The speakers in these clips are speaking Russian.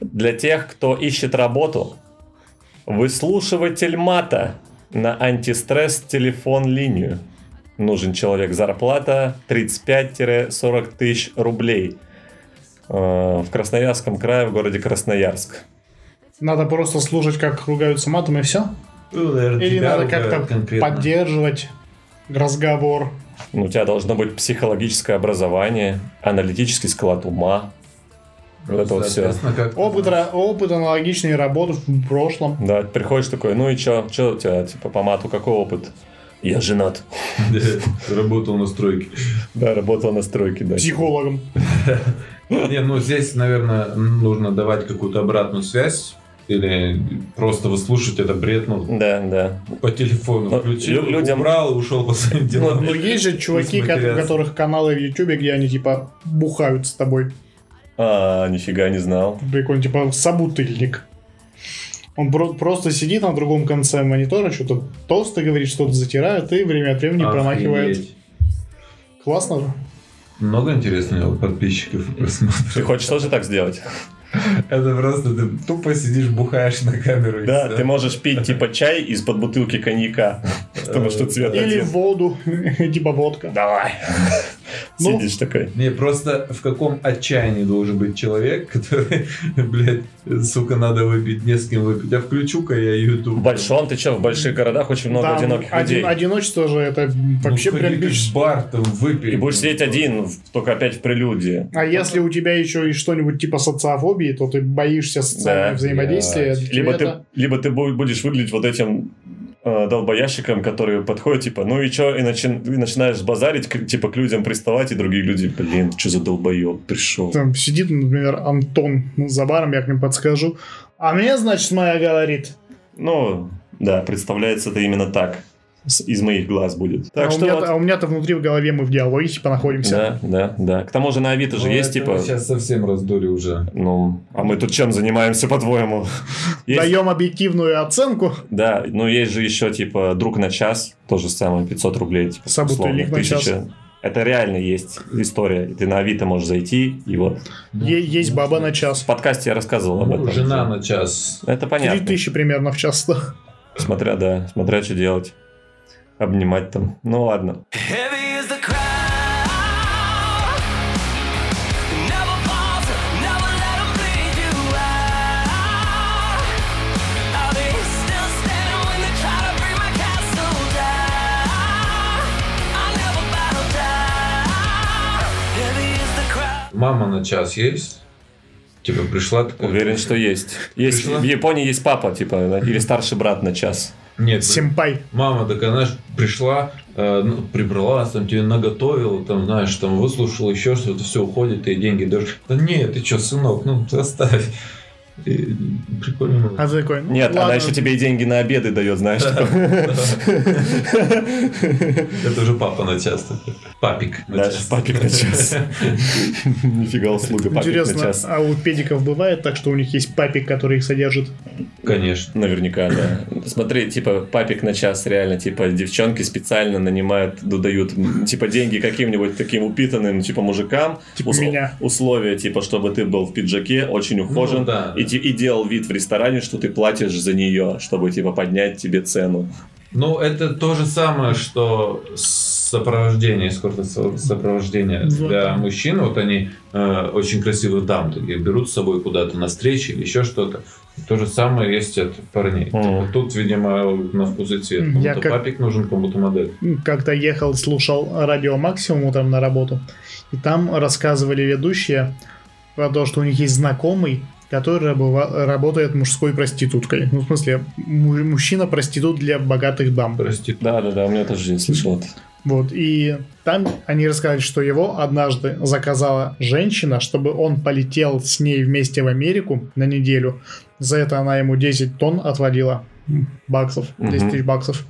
Для тех, кто ищет работу, выслушиватель мата на антистресс телефон линию. Нужен человек зарплата 35-40 тысяч рублей. Э, В Красноярском крае, в городе Красноярск. Надо просто слушать, как ругаются матом, и все? Ну, наверное, Или тебя надо ругают как-то конкретно. поддерживать разговор? Ну, У тебя должно быть психологическое образование, аналитический склад ума. Вот это вот все. Соответственно, как-то Опыт, ра- опыт аналогичный работы в прошлом. Да, приходишь такой, ну и чё, чё у тебя, типа, по мату какой опыт? Я женат. Работал на стройке. Да, работал на стройке, да. Психологом. Не, ну здесь, наверное, нужно давать какую-то обратную связь. Или просто выслушать это бред, ну, Да, да. по телефону Ну, включил, лю- людям- Ну, убрал, ушел по своим делам. Но есть же чуваки, ко- у материал. которых каналы в Ютубе, где они типа бухают с тобой. А, нифига не знал. Прикольно, типа собутыльник. Он про- просто сидит на другом конце монитора, что-то толсто говорит, что-то затирает и время от времени промахивает. Охренеть. Классно же. Много интересных подписчиков и Ты просмотров. хочешь тоже так сделать? Это просто ты тупо сидишь, бухаешь на камеру. и Да, всё. ты можешь пить типа чай из-под бутылки коньяка, потому что цвет Или один. воду, типа водка. Давай. Ну. Сидишь такой. Не, просто в каком отчаянии должен быть человек, который, блядь, сука, надо выпить, не с кем выпить. А включу-ка я В YouTube. большом, ты чё, в больших городах очень много Там одиноких оди- людей. Одиночество же это Ну, вообще сходи прям ты бич. в бар там выпей. И будешь сидеть один, в- только опять в прелюдии. А если у тебя еще и что-нибудь типа социофобии, то ты боишься социального Да, взаимодействия. блядь. тебе Либо ты, это- либо ты бу- будешь выглядеть вот этим э, долбоящиком, который подходит, типа, ну и чё, и, начи- и начинаешь базарить, к- типа, к людям приставать, и другие люди, блин, что за долбоеб пришел. Там сидит, например, Антон ну, за баром, я к ним подскажу. А мне, значит, моя говорит. Ну, да, представляется это именно так. С- из моих глаз будет. а, Так у что меня-то, вот- а у меня-то внутри в голове мы в диалоге типа находимся. Да, да, да. К тому же на Авито Ну, Ну, же есть, типа... Сейчас совсем раздули уже. Ну, а мы тут чем занимаемся, по-твоему? Есть- Даем объективную оценку. Да, ну есть же еще, типа, друг на час, то же самое, 500 рублей, типа, Собутыльник условно, на час. 1000. Это реально есть история. Ты на Авито можешь зайти, и вот. Е- есть баба на В час. подкасте я рассказывал об Ну, этом. жена на час. Это понятно. 3000 примерно в час. Смотря, да, смотря, что делать. Обнимать там. Ну ладно. Heavy is the crowd. Never falls, never let 'em bleed you out. I'll be still standing when they try to bring my castle down. I never bow down. Heavy is the crowd. Мама на час есть? Типа пришла такая... Уверен, что есть. Есть Пришла? в Японии есть папа, типа, или старший брат на час. Нет, Симпай. Мама такая, знаешь, пришла, э, ну, прибралась, там тебе наготовила, там, знаешь, там выслушала еще что-то, все уходит, ты ей деньги дашь. Да нет, ты что, сынок, ну оставь. И прикольно. было. А ты такой, ну, Нет, ладно. она типа еще тебе и деньги на обеды дает, знаешь. типа. Это уже папа на час. такой. Папик на Да, час. папик на час. Нифига услуга, папик на Интересно, час. а у педиков бывает так, что у них есть папик, который их содержит? Конечно. Наверняка, да. Смотри, типа, папик на час, реально, типа, девчонки специально нанимают, ну, дают, м, типа, деньги каким-нибудь таким упитанным, типа, мужикам. Типа меня. Условия, типа, чтобы ты был в пиджаке, очень ухожен, Ну, да. и, ти- и делал вид в ресторане, что ты платишь за нее, чтобы, типа, поднять тебе цену. Ну, это то же самое, что сопровождение, эскорт-сопровождение Вот. для мужчин. Вот они э, очень красивых дам таких берут с собой куда-то на встречи или еще что-то. И то же самое есть от парней. Мгм. Вот Тут, видимо, на вкус и цвет. Мгм, Кому-то я как- папик нужен, кому-то модель. ну, Как-то ехал, слушал радио Максимум утром на работу, и там рассказывали ведущие про то, что у них есть знакомый, который рабова- работает мужской проституткой. Ну, в смысле, му- мужчина-проститут для богатых дам. Прости. Да-да-да, у меня тоже я слышал это. Вот, и там они рассказали, что его однажды заказала женщина, чтобы он полетел с ней вместе в Америку на неделю. За это она ему 10 тонн отводила баксов, 10 Мгм. тысяч баксов.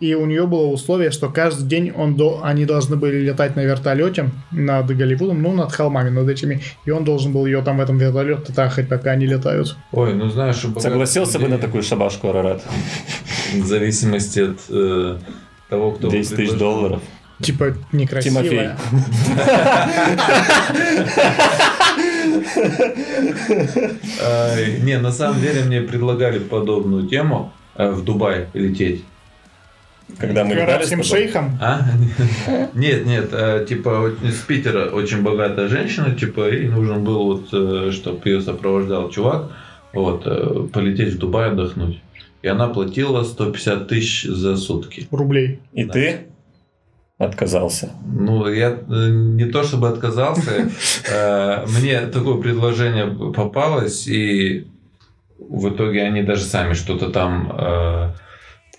И у нее было условие, что каждый день он до... они должны были летать на вертолете над Голливудом, ну, над холмами, над этими. И он должен был ее там в этом вертолете трахать, пока они летают. Ой, ну знаешь, у богатых Согласился бы людей на такую шабашку, Арарат? В зависимости от э, того, кто... 10 тысяч предложил. долларов. Типа, некрасивая. Тимофей. Э, Не, на самом деле мне предлагали подобную тему э, в Дубай лететь. Когда мы летали с всем тобой. шейхом. А? Нет, нет, э, типа вот из Питера очень богатая женщина, типа ей нужен был вот, чтобы ее сопровождал чувак, вот, э, полететь в Дубай отдохнуть. И она платила 150 тысяч за сутки. Рублей. И Да. ты отказался. Ну, я э, не то чтобы отказался, э, мне такое предложение попалось, и в итоге они даже сами что-то там э,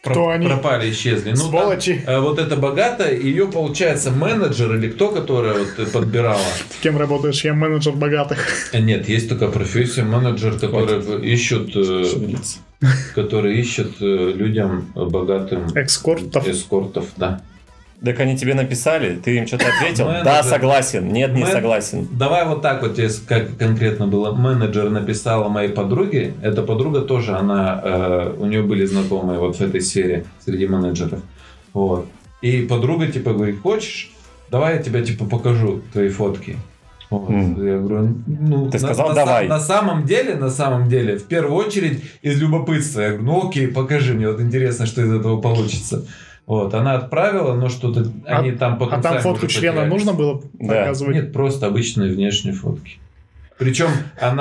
Кто про- они? пропали, исчезли. Ну, там, Сволочи. э, вот эта богатая, ее, получается, менеджер или кто, которая вот э, подбирала. С кем работаешь? Я менеджер богатых. Э, Нет, есть такая профессия менеджер, который в- ищут, э, Шевелиться. который ищет э, людям э, богатым Экскортов. эскортов, да. Так они тебе написали, ты им что-то ответил? Менеджер. Да, согласен. Нет, не Мен- согласен. Давай вот так вот, тебе с- как конкретно было. Менеджер написала моей подруге. Эта подруга тоже, она, э, у нее были знакомые вот в этой сфере среди менеджеров. Вот. И подруга типа говорит, хочешь? Давай я тебя типа покажу твои фотки. Вот. Мгм. Я говорю, ну, Ты на- сказал, на, са- «Давай». на самом деле, на самом деле, в первую очередь из любопытства. Я говорю, ну окей, покажи мне, вот интересно, что из этого получится. Вот, она отправила, но что-то А- они там потом А там сами фотку уже члена потерялись. нужно было Да. показывать? Нет, просто обычные внешние фотки. Причем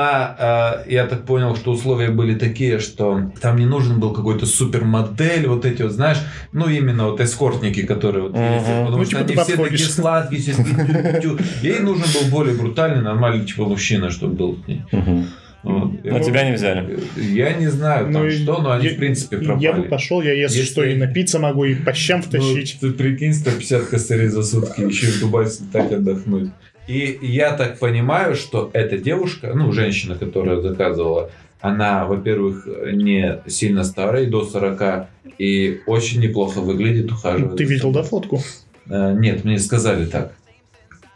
она, э, я так понял, что условия были такие, что там не нужен был какой-то супермодель, вот эти вот, знаешь, ну именно вот эскортники, которые вот Мгм. ездят, потому Ну, что типа они ты все такие подходишь. сладкие, все такие тю-тю-тю. ей нужен был более брутальный, нормальный типа мужчина, чтобы был с ней. Мгм. Вот. Но тебя не взяли. Я не знаю Ну, там и- что, но они я- в принципе пропали. Я бы пошел, я если, Если- что и напиться могу, и по щам Ну, втащить. ты прикинь, 150 косарей за сутки еще и в Дубай слетать отдохнуть. И я так понимаю, что эта девушка, ну, женщина, которая заказывала, она, во-первых, не сильно старая, до 40, и очень неплохо выглядит, ухаживает. Ну, Ты за видел, собой. да, фотку? Э, Нет, мне сказали так.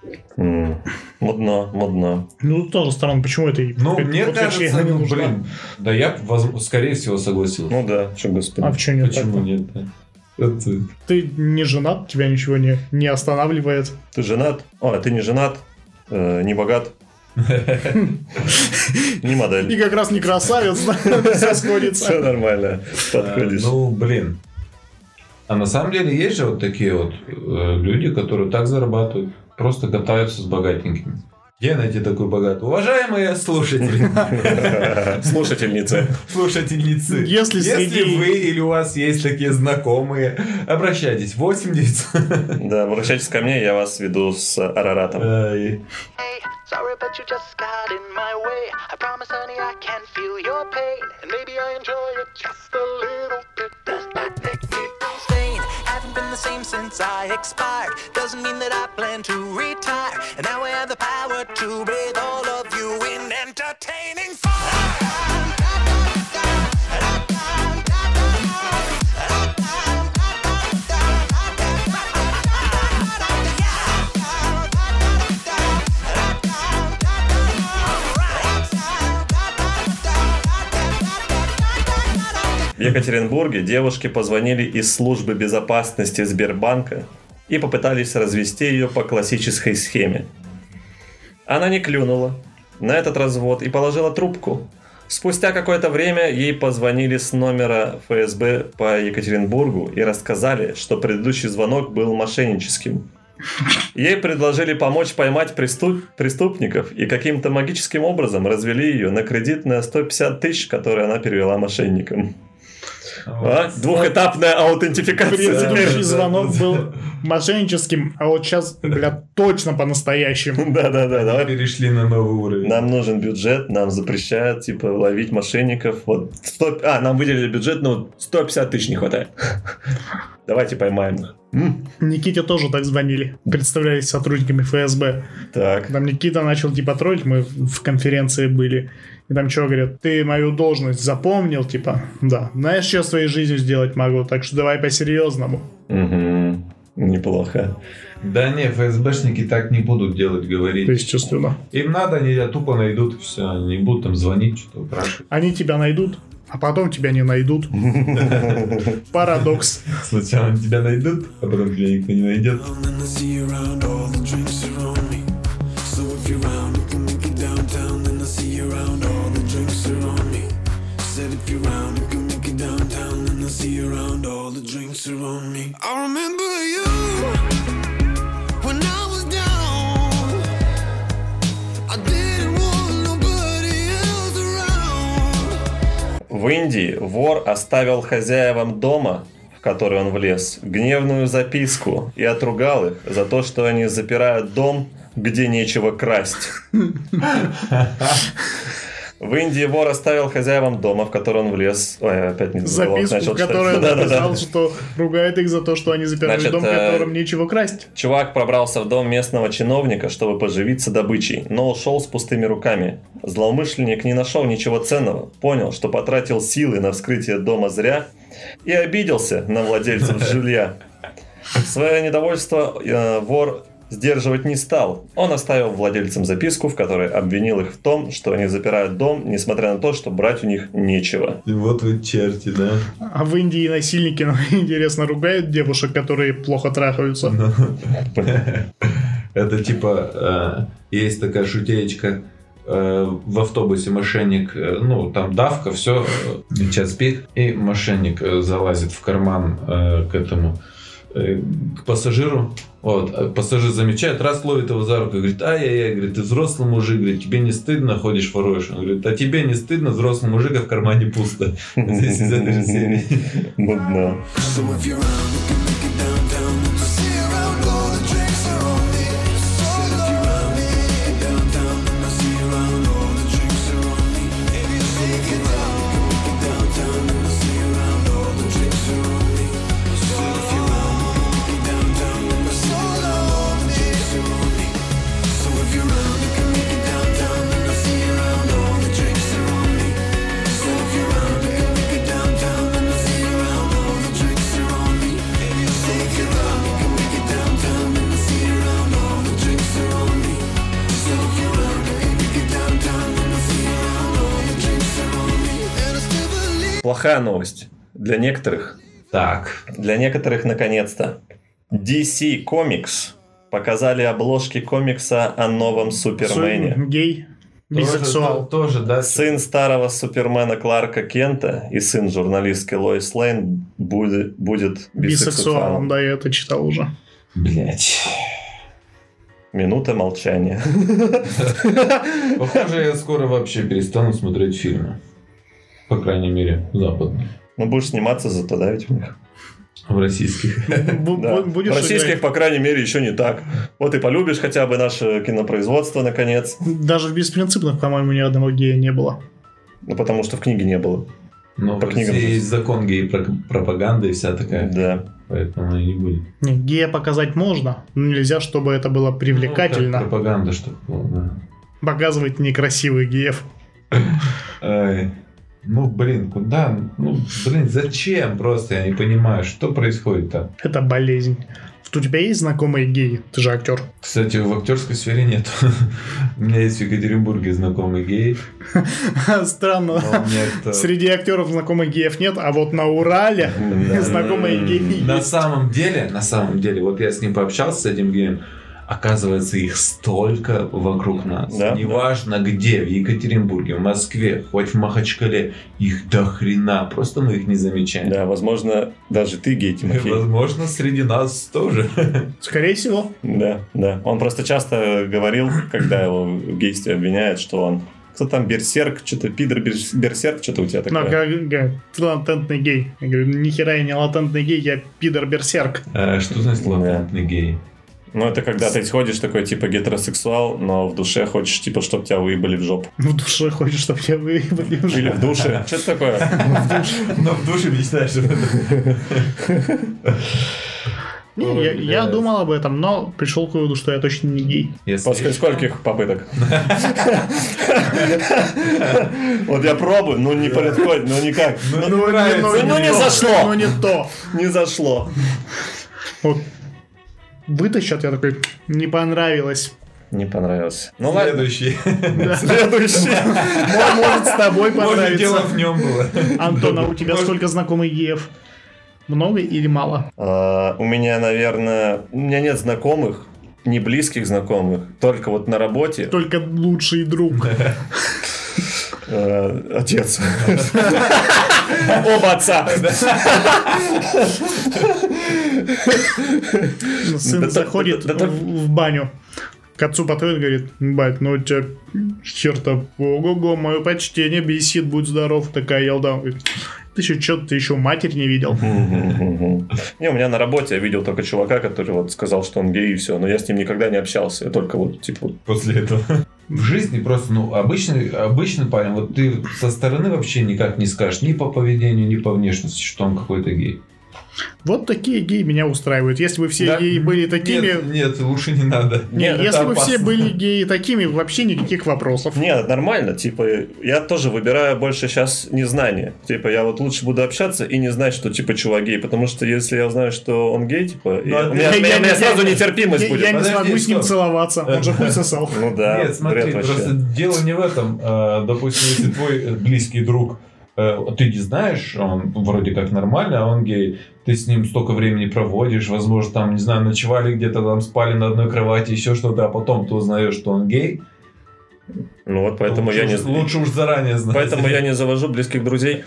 «Э, М. Мудно, мудно. Ну, тут тоже странно, почему это и Ну, фотка- мне фотка кажется, члена не ну, нужна? блин, да я, воз- скорее всего, согласился. Ну да, что, господи. А почему нет? Почему так-то? нет? да? Это- Ты не женат, тебя ничего не, не останавливает. Ты женат? А, ты не женат? э, не богат? Не И модель. как раз не красавец, все сходится. Все нормально. Подходишь. Э, Ну, блин. А на самом деле есть же вот такие вот э, люди, которые так зарабатывают, просто катаются с богатенькими. Где найти такой богатый? Уважаемые слушатели, Слушательницы. слушательницы, Если среди- вы или у вас есть такие знакомые, обращайтесь. 8 900. Да, обращайтесь ко мне, я вас веду с Араратом. Ай. Hey, sorry, but you just got in my way. I promise, honey, I can feel your pain. And maybe I enjoy it just a little bit. Does that make me feel sane? Haven't been the same since I expired. Doesn't mean that I plan to retire. And now I have the power to bathe all of you in entertaining В Екатеринбурге девушки позвонили из службы безопасности Сбербанка и попытались развести ее по классической схеме. Она не клюнула на этот развод и положила трубку. Спустя какое-то время ей позвонили с номера ФСБ по Екатеринбургу и рассказали, что предыдущий звонок был мошенническим. Ей предложили помочь поймать преступ- преступников и каким-то магическим образом развели ее на кредит на 150 тысяч, которые она перевела мошенникам. А? Двухэтапная аутентификация. Да. Предыдущий звонок был мошенническим, а вот сейчас, бля, точно по-настоящему. Да-да-да, Давай давай. перешли на новый уровень. Нам нужен бюджет, нам запрещают, типа, ловить мошенников. Вот 100 А, нам выделили бюджет, но вот 150 тысяч не хватает. Давайте поймаем их. М, Никите тоже так звонили, представлялись сотрудниками ФСБ. Так. Там Никита начал типа троллить, мы в конференции были. И там чего говорят, ты мою должность запомнил, типа, да. Знаешь, что я своей жизнью сделать могу, так что давай по-серьезному. Мгм. Неплохо. Да не, ФСБшники так не будут делать, То говорить. есть, чувственно. Им надо, они тебя тупо найдут, и все, не будут там звонить, что-то упрашивать. Они тебя найдут, а потом тебя не найдут. Парадокс. Сначала тебя найдут, а потом тебя никто не найдет. down and I see you around all the drinks around me. So if you're round, you can make it down downtown, then I see you around. All the drinks are on me. Said if you're round, you can make it downtown, then I see you around. All the drinks are on me. I remember you when I was down. I didn't want nobody else around. В Индии вор оставил хозяевам дома, в который он влез, гневную записку и отругал их за то, что они запирают дом, где нечего красть. В Индии вор оставил хозяевам дома, в который он влез. Ой, я опять не забыл, Ну, начал Записку, в читать. которой он Да-да-да. написал, что ругает их за то, что они заперли Значит, дом, в э, котором нечего красть. Чувак пробрался в дом местного чиновника, чтобы поживиться добычей, но ушел с пустыми руками. Злоумышленник не нашел ничего ценного, понял, что потратил силы на вскрытие дома зря и обиделся на владельцев жилья. Свое недовольство э, вор сдерживать не стал. Он оставил владельцам записку, в которой обвинил их в том, что они запирают дом, несмотря на то, что брать у них нечего. Вот вы черти, да? А в Индии насильники, ну, интересно, ругают девушек, которые плохо трахаются. Ну, Это типа э, есть такая шутеечка э, в автобусе мошенник, э, ну там давка, все, час пик, и мошенник э, залазит в карман э, к этому э, к пассажиру. Вот, а пассажир замечает, раз ловит его за руку, и говорит, ай-яй-яй, говорит, ты взрослый мужик, говорит, тебе не стыдно, ходишь воруешь. Он говорит, а тебе не стыдно, взрослый мужик, а в кармане пусто. Здесь из этой же серии. Нудно. So if you're around, you can make it downtown. And I see you around, all the drinks are on me. Said if you're around, you can make it downtown. And I see you around, all the drinks are on me. If you take it down, you can make it downtown. And I see you around, all the drinks are on me. Said if you're around, you can make it downtown. And I see you around, all the drinks are on me. So if you're around, you can make it downtown. And I see you around, all the drinks are on me. So if you're around, you can make it downtown. And I see you around, all the drinks are on me. If you take it round, you can make it downtown. And I see you around, all the drinks are on me. So if you're around, you can make it downtown. And I see you around, all the drinks are on me. And I still believe. Плохая новость. Для некоторых Так, Для некоторых, наконец-то. DC Comics показали обложки комикса о новом Супермене. Сын, гей, тоже- бисексуал. Тоже, да, Сын старого Супермена Кларка Кента и сын журналистки Лоис Лейн будет, будет Бисексуалом, бисексуалом. да, я это читал уже. Блять. Минута молчания. Похоже, я скоро вообще перестану смотреть фильмы. По крайней мере, западные. Ну, будешь сниматься зато, да, ведь у них? В российских. Бу- Да. Ну, бу- Будешь Российских, играть? по крайней мере, еще не так. Вот и полюбишь хотя бы наше кинопроизводство, наконец. Даже в беспринципных, по-моему, ни одного гея не было. Ну, потому что в книге не было. Но По в книгам. России есть закон гей-пропаганды и вся такая. Да. Поэтому и не будет. Не, гея показать можно, но нельзя, чтобы это было Ну, как привлекательно. пропаганда, что было, да. Показывать некрасивых геев. Ай, Ну, блин, куда? Ну, блин, зачем просто? Я не понимаю, что происходит-то. Это болезнь. Вот У тебя есть знакомые геи? Ты же актер. Кстати, в актерской сфере нет. У меня есть в Екатеринбурге знакомый гей. Странно. но он мне это- Среди актеров знакомых геев нет, а вот на Урале Да. знакомые геи На есть. самом деле, на самом деле, вот я с ним пообщался, с этим геем, оказывается, их столько вокруг нас. Да, Неважно где, в Екатеринбурге, в Москве, хоть в Махачкале, их до хрена, просто мы их не замечаем. Да, возможно, даже ты гей, И, Тимофей. Возможно, среди нас тоже. Скорее всего. Да, да. Он просто часто говорил, когда его в гействе обвиняют, что он... Кто там, берсерк, что-то, пидор, берс- берсерк, что-то у тебя Ну, такое. как, говорят, ты латентный гей. Я говорю, нихера я не латентный гей, я пидор-берсерк. Э, Что значит Да. латентный гей? Ну, это когда ты сходишь такой, типа, гетеросексуал, но в душе хочешь, типа, чтобы тебя выебали в жопу. В душе хочешь, чтобы я выебали в Или жопу. в душе. Что это такое? Но в душе мечтаешь. об этом. Не, я, Ой, я блядь. думал об этом, но пришел к выводу, что я точно не гей. Если- После скольких попыток? Вот я пробую, ну не подходит, ну никак. Ну, Ну, нравится. ну, ну, не то, зашло. Ну не то. Не зашло. Вот. Вытащат, я такой, не понравилось. Не понравилось. Ну ладно. Следующий. Следующий. Мо- Может, с тобой Может, дело понравится. в нем было. Антон, а у тебя сколько знакомых геев? Много или мало? А, У меня, наверное, у меня нет знакомых, не близких знакомых, только вот на работе Только лучший друг. э, отец. Оба отца. Сын Да так- заходит да так- в в баню. К отцу подходит, говорит, бать, ну у тебя черта, ого-го, мое почтение, бесит, будь здоров, такая елда. Он говорит, Ты еще что-то, ты еще матерь не видел. Не, у меня на работе я видел только чувака, который вот сказал, что он гей и все, но я с ним никогда не общался, я только вот типа после этого. В жизни просто, ну, обычный, обычный парень, вот ты со стороны вообще никак не скажешь, ни по поведению, ни по внешности, что он какой-то гей. Вот такие геи меня устраивают. Если бы все Да. геи были такими... Нет, нет, лучше не надо. Не, Нет, это если бы все опасно. были геи такими, вообще никаких вопросов. Не, нормально, типа, я тоже выбираю больше сейчас незнание. Типа, я вот лучше буду общаться и не знать, что, типа, чувак гей, потому что если я знаю, что он гей, типа, я- а у меня, ты- у меня- я- у меня я- сразу нетерпимость Я, будет. я не Подожди, смогу с ним стоп. целоваться, он же хуй сосал. Ну да, Нет, смотри, бред вообще. просто дело не в этом. Э, Допустим, если твой э, близкий друг, э, ты не знаешь, он вроде как нормально, а он гей, ты с ним столько времени проводишь, возможно, там, не знаю, ночевали где-то, там спали на одной кровати, еще что-то, а потом ты узнаешь, что он гей. Ну вот поэтому лучше, я не... уж- Лучше уж заранее знать. Поэтому я не завожу близких друзей.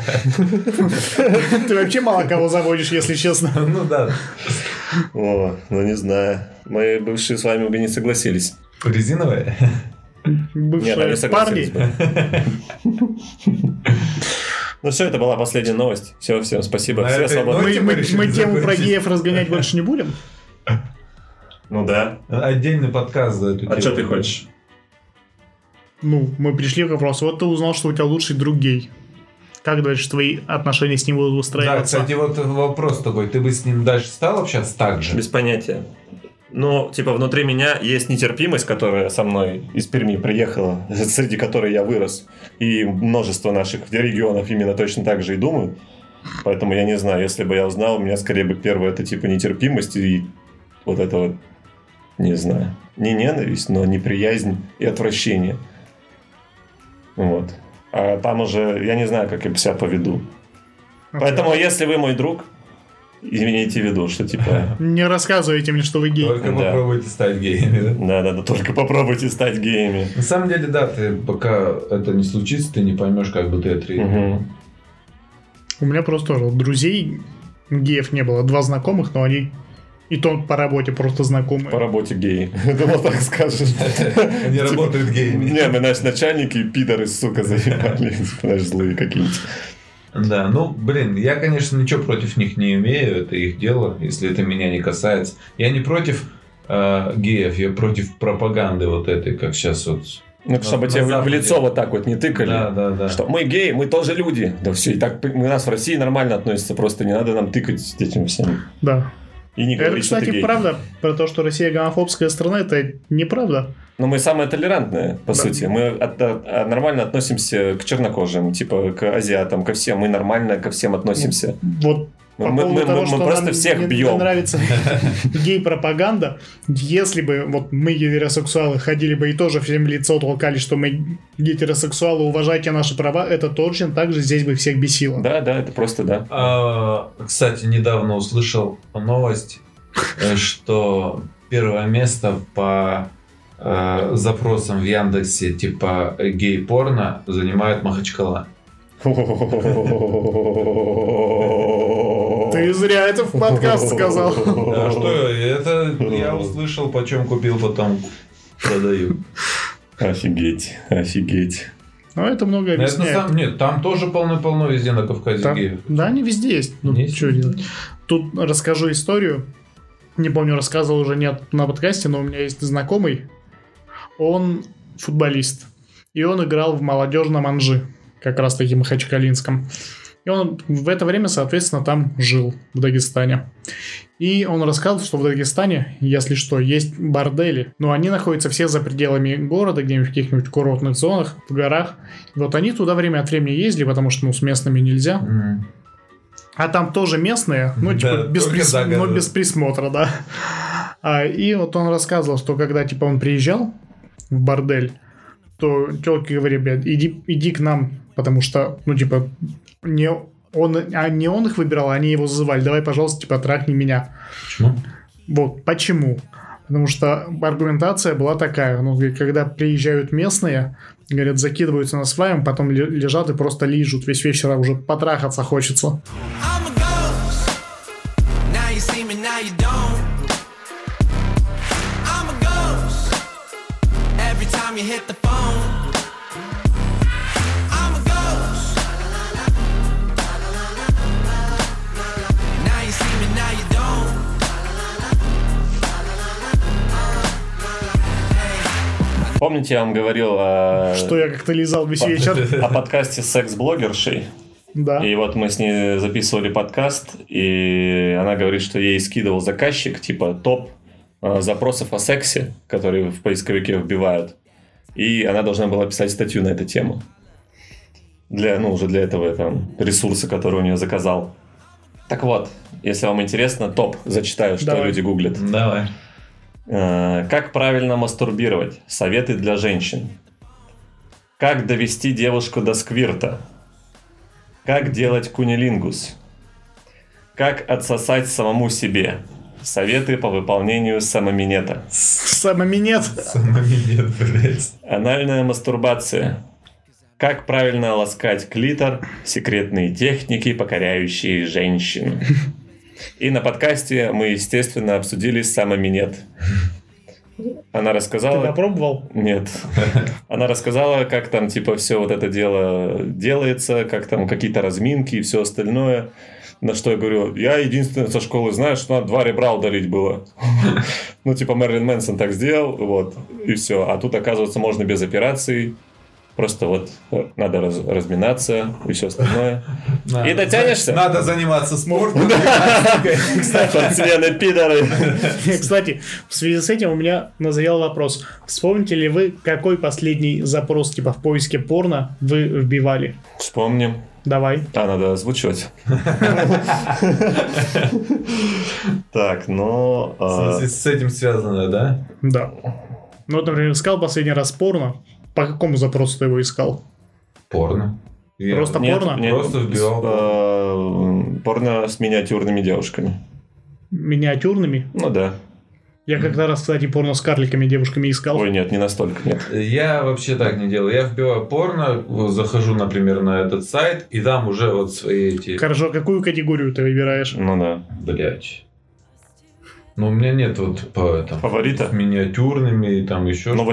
Ты вообще мало кого заводишь, если честно. Ну да, О, ну не знаю. Мои бывшие с вами бы не согласились. резиновая. Нет, они Бывшие согласились парни. бы. Ну все, это была последняя новость. Все, всем спасибо. На Все этой свободны. ноте- Мы, мы- решили мы тему про закончить. геев разгонять больше не будем. Ну да. Отдельный подкаст за эту А тему. что ты хочешь? Ну, мы пришли к вопросу. Вот ты узнал, что у тебя лучший друг гей. Как дальше твои отношения с ним будут Да, устраиваться? кстати, вот вопрос такой. Ты бы с ним дальше стал общаться так же? Без понятия. Но, типа, внутри меня есть нетерпимость, которая со мной из Перми приехала, среди которой я вырос. И множество наших регионов именно точно так же и думают. Поэтому я не знаю, если бы я узнал, у меня скорее бы первое это типа нетерпимость и вот это вот, не знаю, не ненависть, но неприязнь и отвращение. Вот. А там уже я не знаю, как я бы себя поведу. Окей. Поэтому, если вы мой друг, извините в виду, что типа Не рассказывайте мне, что вы гей. Только Да. попробуйте стать геями. да? Да, да, да, только попробуйте стать геями. На самом деле, да, ты пока это не случится, ты не поймешь, как бы ты отреагировал. Мгм. У меня просто тоже вот друзей геев не было. Два знакомых, но они и то по работе просто знакомые. По работе геи. Думал, так скажешь. Они работают геями. Не, мы наши начальники и пидоры, сука, заебали. Знаешь, злые какие-нибудь. Да, ну, блин, я, конечно, ничего против них не имею, это их дело, если это меня не касается. Я не против э, геев, я против пропаганды вот этой, как сейчас вот. Ну, это На- чтобы на тебе в Западе. лицо вот так вот не Да, тыкали. да, да. Что мы геи, мы тоже люди. Да все, и так п- у нас в России нормально относятся, просто не надо нам тыкать этим всем. Да. И не Это, говорить, что ты кстати, гей. правда. Про то, что Россия гомофобская страна, это неправда. Но мы самые толерантные, по Да. сути. Мы от- от- а, нормально относимся к чернокожим, типа к азиатам, ко всем. Мы нормально ко всем относимся. Вот по Мы, мы- поводу мы- того, мы что просто нам всех не- бьем. не нравится гей-пропаганда. Если бы вот мы гетеросексуалы ходили бы и тоже всем в лицо толкали, что мы гетеросексуалы, уважайте наши права, это точно так же здесь бы всех бесило. Да, да, это просто да. А, кстати, недавно услышал новость, э, что первое место по э, запросам в Яндексе типа э, гей-порно занимает Махачкала. Ты Ты зря это в подкаст сказал. Да, А что я- это я услышал, почем купил, потом продаю. Офигеть, офигеть. Но это много Но это на объясняет. самом- нет, там тоже полно-полно везде на Кавказе Там- геев. Да, они везде есть. Ну, Есть. что делать? Тут расскажу историю. Не помню, рассказывал уже нет на подкасте, но у меня есть знакомый. Он футболист. И он играл в молодежном Анжи, как раз таки Махачкалинском. И он в это время, соответственно, там жил, в Дагестане. И он рассказывал, что в Дагестане, если что, есть бордели, но они находятся все за пределами города, где-нибудь в каких-нибудь курортных зонах, в горах. И вот они туда время от времени ездили, потому что ну, с местными нельзя. М. А там тоже местные, ну, Да, типа, без, только прис- за но городом. без присмотра, да. А, и вот он рассказывал, что когда, типа, он приезжал в бордель, то телки говорили, блядь, иди, иди к нам, потому что, ну, типа, не он, а не он их выбирал, а они его зазывали, давай, пожалуйста, типа, трахни меня. Почему? Вот, почему? Потому Потому что аргументация была такая, ну, говорит, когда приезжают местные, говорят, закидываются на сваям, потом ле- лежат и просто лижут весь вечер, а уже потрахаться хочется. I'm a ghost. Now you see me, now you don't. I'm a ghost. Every time you hit the phone. I'm a ghost. Now you see me, now you don't. Помните, я вам говорил э, Что я как-то лизал весь вечер? о подкасте «Секс-блогерши»? Да. И вот мы с ней записывали подкаст, и она говорит, что ей скидывал заказчик, типа, топ э, запросов о сексе, которые в поисковике вбивают. И она должна была писать статью на эту тему. Для, ну, уже для этого там, ресурса, который у нее заказал. Так вот, если вам интересно, топ зачитаю, что Давай. люди гуглят. Давай. Э, Как правильно мастурбировать? Советы для женщин. Как довести девушку до сквирта? Как делать кунилингус? Как отсосать самому себе? Советы по выполнению самоминета. Самыми нет. Самомилет, блядь. Анальная мастурбация. Как правильно ласкать клитор? Секретные техники, покоряющие женщин. И на подкасте мы, естественно, обсудили самоминет. Она Ты рассказала... попробовал? Нет. Она рассказала, как там, типа, все вот это дело делается, как там какие-то разминки и все остальное. На что я говорю, я единственное со школы знаю, что надо два ребра удалить было. Ну, типа, Мерлин Мэнсон так сделал, вот, и все. А тут, оказывается, можно без операций. Просто вот э, надо раз- разминаться и все остальное. Надо- И дотянешься? Надо заниматься спортом. Спортсмены, пидоры. Кстати, в связи с этим у меня назрел вопрос. Вспомните ли вы, какой последний запрос, типа, в поиске порно вы вбивали? Вспомним. Давай. А, надо озвучивать. Так, ну... В а, смысле, С этим связано, да? Да. Ну вот, например, искал последний раз порно. По какому запросу ты его искал? Порно. Я- Просто Нет, порно? нет, Просто вбивал. с, э, порно с миниатюрными девушками. Миниатюрными? Ну да. Я как-то раз, кстати, порно с карликами девушками искал. Ой, нет, не настолько, нет. Я вообще так не делаю. Я вбиваю порно, вот захожу, например, на этот сайт, и там уже вот свои эти... Хорошо, какую категорию ты выбираешь? Ну да. Блять. Ну, у меня нет вот по этому. Фаворита? С миниатюрными и там еще. Ну, что-то.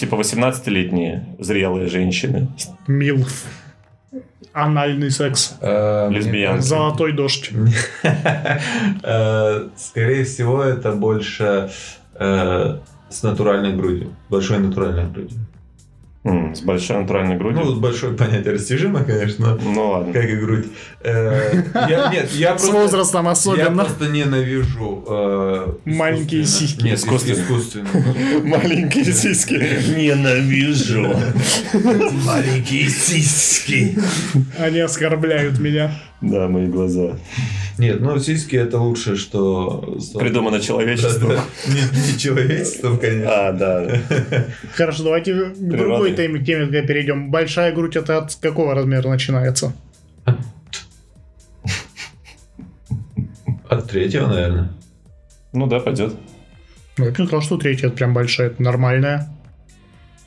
18, типа 18-летние зрелые женщины. Милф. Анальный секс. Э, мне лесбиянки. кажется, Золотой дождь. Э, Скорее всего, это больше э, с натуральной грудью. Большой натуральной грудью. М, с большой натуральной Ну, грудью. вот большое понятие растяжимо, конечно, Ну, но ладно. как и грудь. Э, я- Нет, я С просто... возрастом Я особенно. просто ненавижу э, Маленькие искусственно- сиськи. Нет, Искусственно. искусственно. Маленькие сиськи. Ненавижу. Маленькие сиськи. Они оскорбляют меня. Да, мои глаза. Нет, ну сиськи это лучшее, что... Придумано человечество. Да, да. Не не человечеством, конечно. А, да. Хорошо, давайте к другой теме, теме тогда перейдем. Большая грудь это от какого размера начинается? От третьего, наверное. Ну да, пойдет. Ну, я бы не сказал, что третья это прям большая, это нормальная.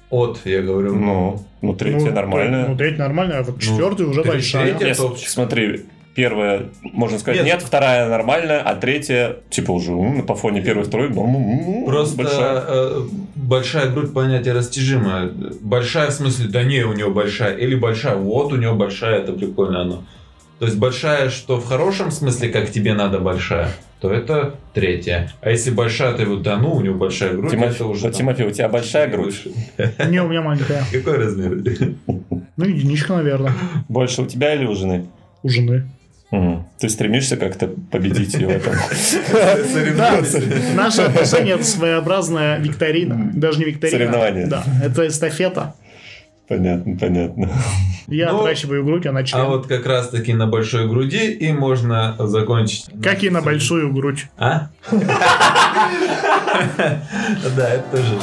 От, я говорю. Ну, ну третья Ну, Ну, нормальная. Ну, третья нормальная, а вот четвертая уже треть- большая. третья- Нет, топчик. смотри, первая, можно сказать, Нет. нет, вторая нормальная, а третья, типа уже м, по фоне первой, второй, м, м, м, Просто большая. э, большая грудь понятие растяжимое. Большая в смысле, да не, у нее большая. Или большая, вот у нее большая, это прикольно оно. То есть большая, что в хорошем смысле, как тебе надо большая, то это третья. А если большая, ты вот да ну, у нее большая грудь, Тимофе- это уже... ну, там Тимофей, у тебя большая грудь? выше. Не, у меня маленькая. Какой размер? Ну, единичка, наверное. Больше у тебя или у жены? У жены. Мгм. Ты стремишься как-то победить ее в этом? Да, Соревнования. наши отношения это своеобразная викторина. Даже не викторина. Соревнование. Да, это эстафета. Понятно, понятно. Я Ну, отращиваю грудь, она член. А вот как раз таки на большой груди и можно закончить. Как и на большую грудь. А? Да, это тоже.